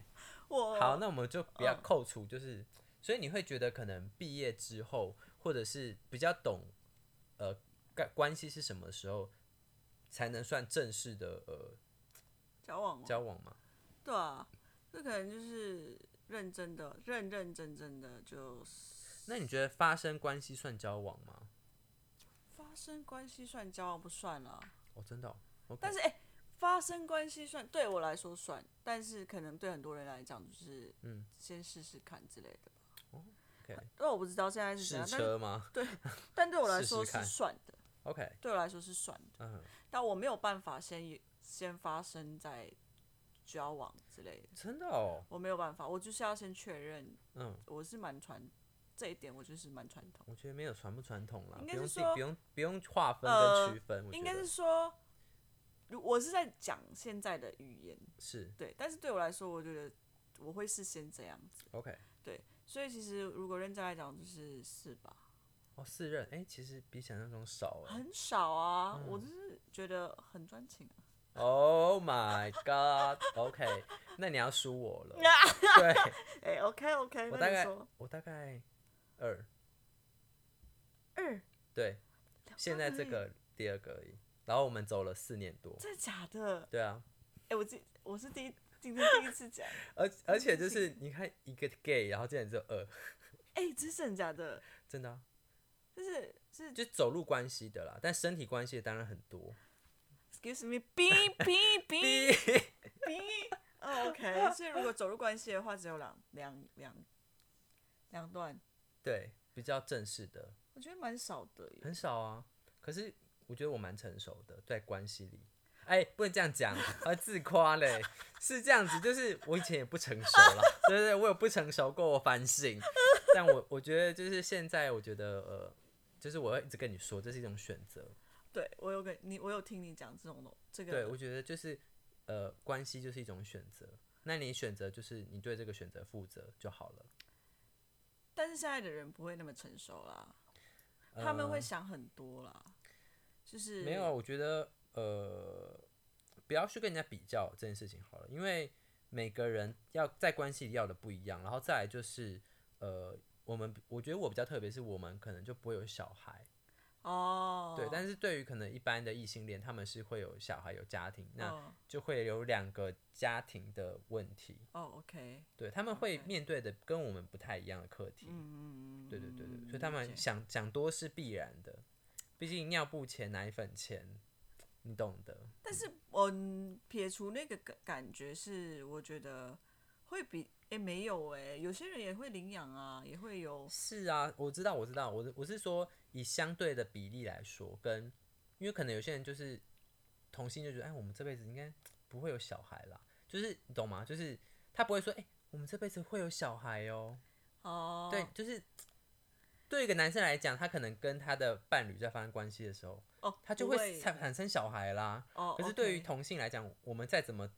我好，那我们就不要嗯扣除，就是、所以你会觉得可能毕业之后，或者是比较懂呃关关系是什么时候才能算正式的呃交往哦吗？交往吗？对啊，这可能就是认真的、认认真真的，就是那你觉得发生关系算交往吗？发生关系算交往不算啦。哦，真的、哦。o k 但是哎、发生关系算对我来说算，但是可能对很多人来讲就是嗯哦先试试看之类的。 OK，那我不知道现在是怎试样，啊但是车吗但对我来试试说是看算的， ？OK，对我来说是算的，嗯，但我没有办法先先发生在交往之类的，真的哦，我没有办法，我就是要先确认，嗯，我是蛮传这一点，我就是蛮传统。我觉得没有传不传统啦，应不该用是自己说不用不用划分呃跟区分，我觉应该得是说，如我是在讲现在的语言，是对，但是对我来说，我觉得我会是先这样子， OK。对，所以其实如果认真来讲，就是是吧，哦，四任，哎、其实比想象中少哎。很少啊，嗯我就是觉得很专情啊， Oh my god，OK，、那你要输我 了。对，哎、o k OK，我那大你概说我大概二，二，对，现在这啊个第二个而已。然后我们走了四年多，真的假的？对啊，哎、我今我是第一今天第一次讲，而而且就是你看一个 gay，然后竟然只有二，哎、这是真的假的？真的、啊，就是是就走入关系的啦，但身体关系的当然很多。 excuse me，哔 哔哔哔。哦 OK，所以如果走入关系的话，只有两两两两段，对，比较正式的我觉得蛮少的耶。很少啊。可是我觉得我蛮成熟的，在关系里，哎、不能这样讲， 啊，自夸嘞，是这样子，就是我以前也不成熟啦， 对对，我有不成熟过，我反省，但我我觉得就是现在，我觉得呃，就是我要一直跟你说，这是一种选择，对我有跟你，我有听你讲这种东这个，对我觉得就是呃，关系就是一种选择，那你选择就是你对这个选择负责就好了，但是现在的人不会那么成熟啦，他们会想很多啦，就是呃没有啊，我觉得呃，不要去跟人家比较这件事情好了，因为每个人要在关系里要的不一样，然后再来就是呃，我们我觉得我比较特别，是我们可能就不会有小孩，哦，对，但是对于可能一般的异性恋，他们是会有小孩有家庭，那哦就会有两个家庭的问题，哦，OK，对他们会 OK 面对的跟我们不太一样的课题，嗯嗯嗯，对对对对，嗯所以他理们解想想多是必然的，毕竟尿布钱、奶粉钱，你懂的。但是，嗯，撇除那个感感觉是，我觉得会比诶没有诶，有些人也会领养啊，也会有是啊，我知道，我知道，我是我是说以相对的比例来说，跟因为可能有些人就是同性就觉得，哎，我们这辈子应该不会有小孩啦，就是你懂吗？就是他不会说，哎，我们这辈子会有小孩哦。哦，对，就是对一个男生来讲，他可能跟他的伴侣在发生关系的时候，哦，他就不会产产生小孩啦。哦，可是对于 OK 同性来讲，我们再怎么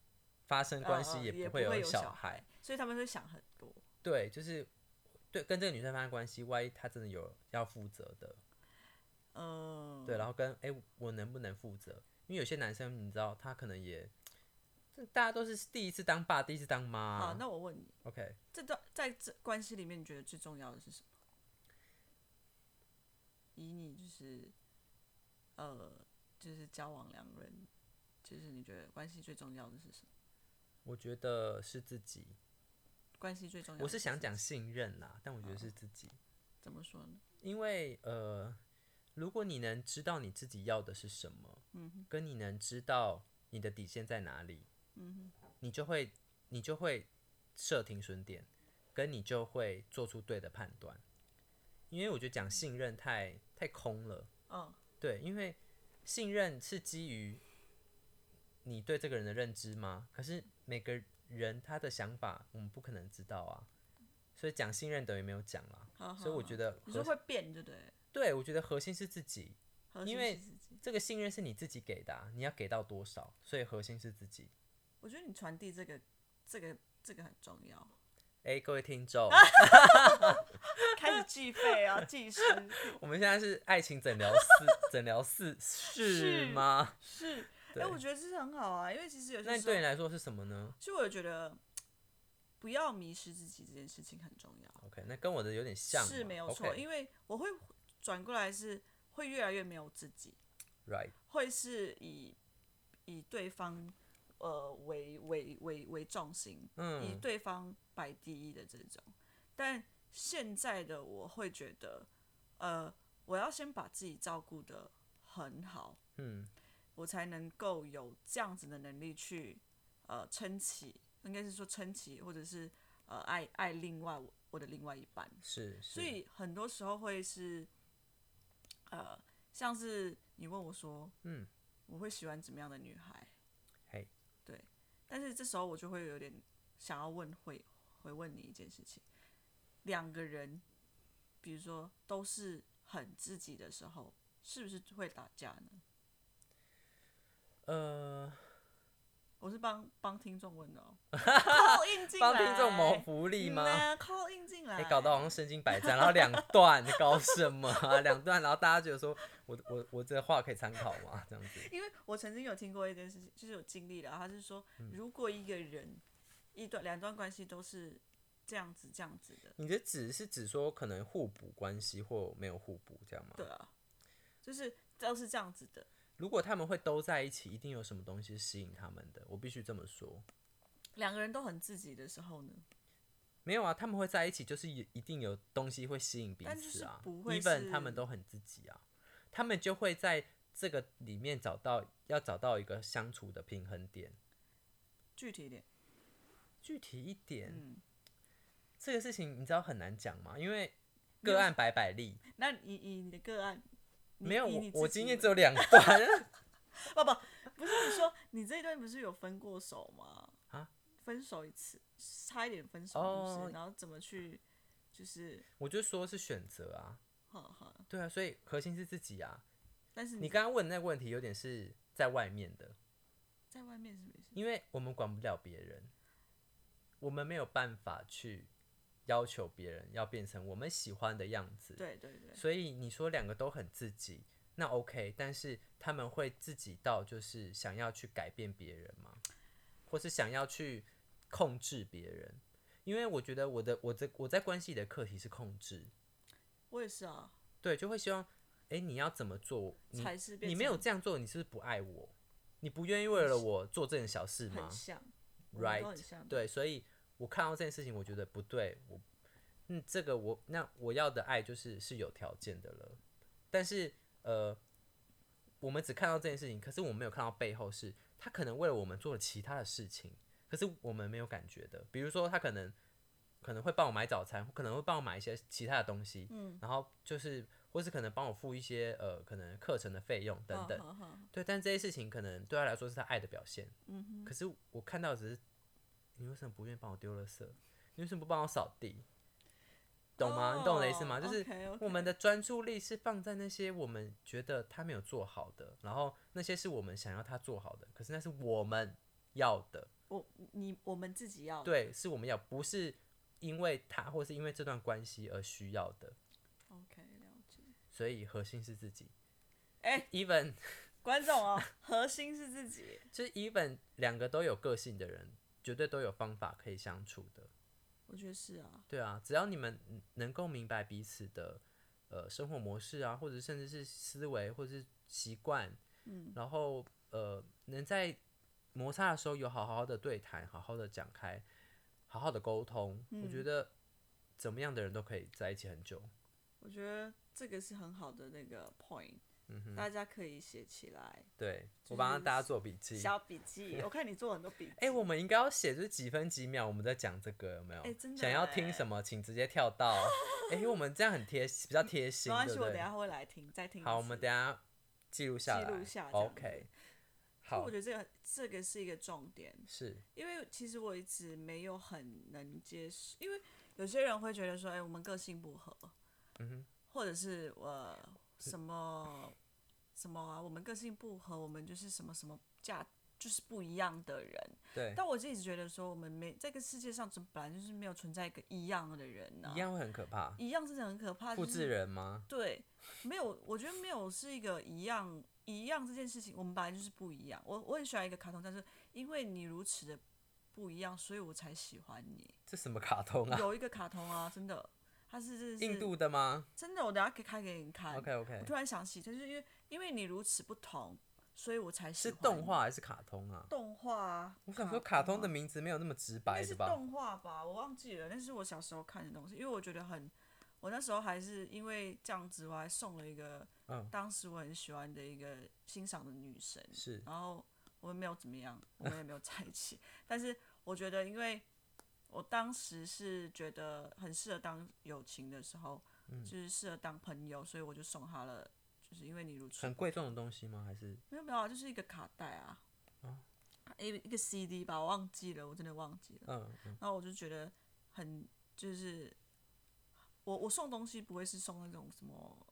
发生关嗯系嗯不不会有小孩，所以他们会想很多。对，就是对跟这个女生发生关系，万一她真的有要负责的，嗯，对，然后跟哎、我能不能负责？因为有些男生你知道，他可能也这大家都是第一次当爸，第一次当妈、好，哦那我问你， OK，这段在这关系里面，你觉得最重要的是什么？以你就是，呃，就是交往两人，就是你觉得关系最重要的是什么？我觉得是自己，关系最重要的我是想什么讲信任啦，但我哦觉得是自己，怎么说呢？因为呃，如果你能知道你自己要的是什么，嗯，跟你能知道你的底线在哪里，嗯哼，你就会你就会设停损点，跟你就会做出对的判断。因为我觉得讲信任太太空了，嗯对，因为信任是基于你对这个人的认知吗？可是每个人他的想法我们不可能知道啊，所以讲信任等于没有讲啦。好好所以我好觉得你说核，会变，对不对？对我觉得核心是自己，核心因为是自己这个信任是你自己给的、啊，你要给到多少，所以核心是自己。我觉得你传递这个这个这个很重 要。哎、各位听 众，开始计费啊，计 时我们现在是爱情诊疗室，诊疗室是是吗？是。哎、对，我觉得这是很好啊，因为其实有那些时对候，你来说是什么呢其实我觉得不要迷失自己这件事情很重要， ？OK，那跟我的有点像嘛，是没有错。因为我会转过来是会越来越没有自己， ，Right，会是以以对方呃为为为为重心，以嗯，对方摆第一的这种。但现在的我会觉得，呃，我要先把自己照顾的很好，嗯，我才能够有这样子的能力去呃撑起，应该是说撑起，或者是呃爱爱另外我我的另外一半。是，是所以很多时候会是，呃，像是你问我说，嗯，我会喜欢怎么样的女孩？嘿，对，但是这时候我就会有点想要问回回问你一件事情：两个人，比如说都是很自己的时候，是不是会打架呢？呃，我是帮帮听众问 的哦，call in 进来，帮听众谋福利嗯吗？啊？call in 进来，哎、搞得好像身经百战，然后两段，你搞什么啊？两段，然后大家觉得说我我我这话可以参考吗？这样子，因为我曾经有听过一件事情，就是有经历了，啊他是说，嗯如果一个人一段两段关系都是这样子这样子的，你的指是指说可能互补关系或没有互补这样吗？对啊，就是都是这样子的，如果他们会都在一起，一定有什么东西吸引他们的，我必须这么说。两个人都很自己的时候呢，没有啊，他们会在一起，就是有一定有东西会吸引彼但就是此啊。不会 even 是他们都很自己啊，他们就会在这个里面找到要找到一个相处的平衡点。具体一点，具体一点，嗯，这个事情你知道很难讲吗？因为没有个案百百例，那以以你的个案，你没有以我你自我己今天为只有两段， 不不，不是你说你这一段不是有分过手吗？啊，分手一次，差一点分手，就是、哦然后怎么去，就是，我就说是选择啊，哈哈。对啊，所以核心是自己啊。但是你你刚刚问的那个问题有点是在外面的，在外面是没事，因为我们管不了别人，我们没有办法去要求别人要变成我们喜欢的样子。对对对，所以你说两个都很自己，那 OK，但是他们会自己到就是想要去改变别人吗？或是想要去控制别人？因为我觉得我的我的我在关系里的课题是控制，我也是啊，对，就会希望，诶，你要怎么做？你才是变你没有成这样做，你是不是不爱我？你不愿意为了我做这点小事吗很像我们都很？Right，像，对，所以我看到这件事情，我觉得不对，我嗯，这个我那我要的爱就是是有条件的了，但是呃，我们只看到这件事情，可是我们没有看到背后是他可能为了我们做了其他的事情，可是我们没有感觉的，比如说他可能可能会帮我买早餐，可能会帮我买一些其他的东西，嗯，然后就是或是可能帮我付一些呃可能课程的费用等等，哈哈对，但这些事情可能对他来说是他爱的表现。嗯可是我看到只是，你为什么不愿意帮我丢垃圾？你为什么不帮我扫地？懂吗？你懂我的意思吗？哦就是，OK，OK 我们的专注力是放在那些我们觉得他没有做好的，然后那些是我们想要他做好的，可是那是我们要的，我你我们自己要对，是我们要，不是因为他或是因为这段关系而需要的。 ，OK，了解。所以核心是自己。哎 e v e n 观 众哦，核心是自己，就是 even 两个都有个性的人，绝对都有方法可以相处的。我觉得是啊，对啊，只要你们嗯能够明白彼此的呃生活模式啊，或者甚至是思维或者是习惯，嗯，然后呃能在摩擦的时候有好好的对谈，好好的讲开，好好的沟通，我嗯觉得怎么样的人都可以在一起很久。我觉得这个是很好的那个 point，、大嗯家可以写起来，对就我帮是大家做笔记。小笔 记。我看你做很多笔记，哎、我们应该要写就是几分几秒我们在讲这个有没有？哎真的想要听哎什么，请直接跳 到。哎、我们这样很贴，比较贴心，没关对系，不我等一对下？会来听，再听一次。好，我们等一下记录下来。记录下这样 OK，所以好我觉，得这个这个是一个重点，是因为其实我一直没有很能接受，因为有些人会觉得说，哎、我们个性不合，嗯或者是我、呃什么 什么啊，我们个性不合，我们就是什么什么价，就是不一样的人。对，但我自己觉得说，我们没这个世界上本来就是没有存在一个一样的人呐、一样会很可怕，一样真的很可怕，复就是制人吗？对，没有，我觉得没有是一个一样一样这件事情，我们本来就是不一样。我我很喜欢一个卡通，但是因为你如此的不一样，所以我才喜欢 你。这什么卡通啊？有一个卡通啊，真的，它是真的是印度的吗真的，我等下可以开给你看。 ？OK 我 OK，突然想起，就是因为因为你如此不同，所以我才喜是欢你。动画还是卡通啊？动画啊，我想说，卡通的啊名字没有那么直应白该的是吧？动画吧，我忘记了，那是我小时候看的东西，因为我觉得很，我那时候还是因为这样子，我还送了一个，嗯当时我很喜欢的一个欣赏的女神，是然后我们没有怎么样，我们也没有在一起， 但是我觉得，因为我当时是觉得很适合当友情的时候，嗯就是适合当朋友，所以我就送她了，就是因为你如此很贵重的东西吗？还是没有没有啊，就是一个卡带啊，哦一一个 CD 吧，我忘记了，我真的忘记了。嗯嗯然后我就觉得很就是，我我送东西不会是送那种什么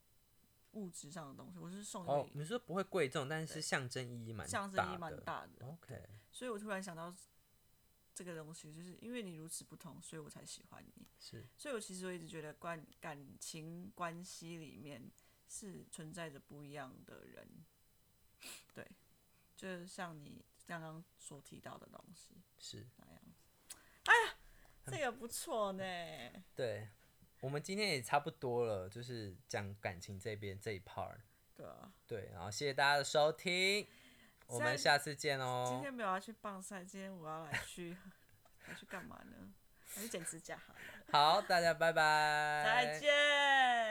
物质上的东西，我是送哦，一你说不会贵重，但是对象征意义蛮个象征意义大蛮的。大的， OK，所以我突然想到这个东西，就是因为你如此不同，所以我才喜欢你。是所以我其实我一直觉得关感情关系里面是存在着不一样的人，对，就像你刚刚所提到的东西是，那样子。哎呀，这个不错呢。对，我们今天也差不多了，就是讲感情这边这一 part。对啊，对，然后谢谢大家的收听，我们下次见今哦。天没有要去棒赛，今天我要来去， 来去干嘛呢？来去剪指甲好了。好，大家拜拜，再见。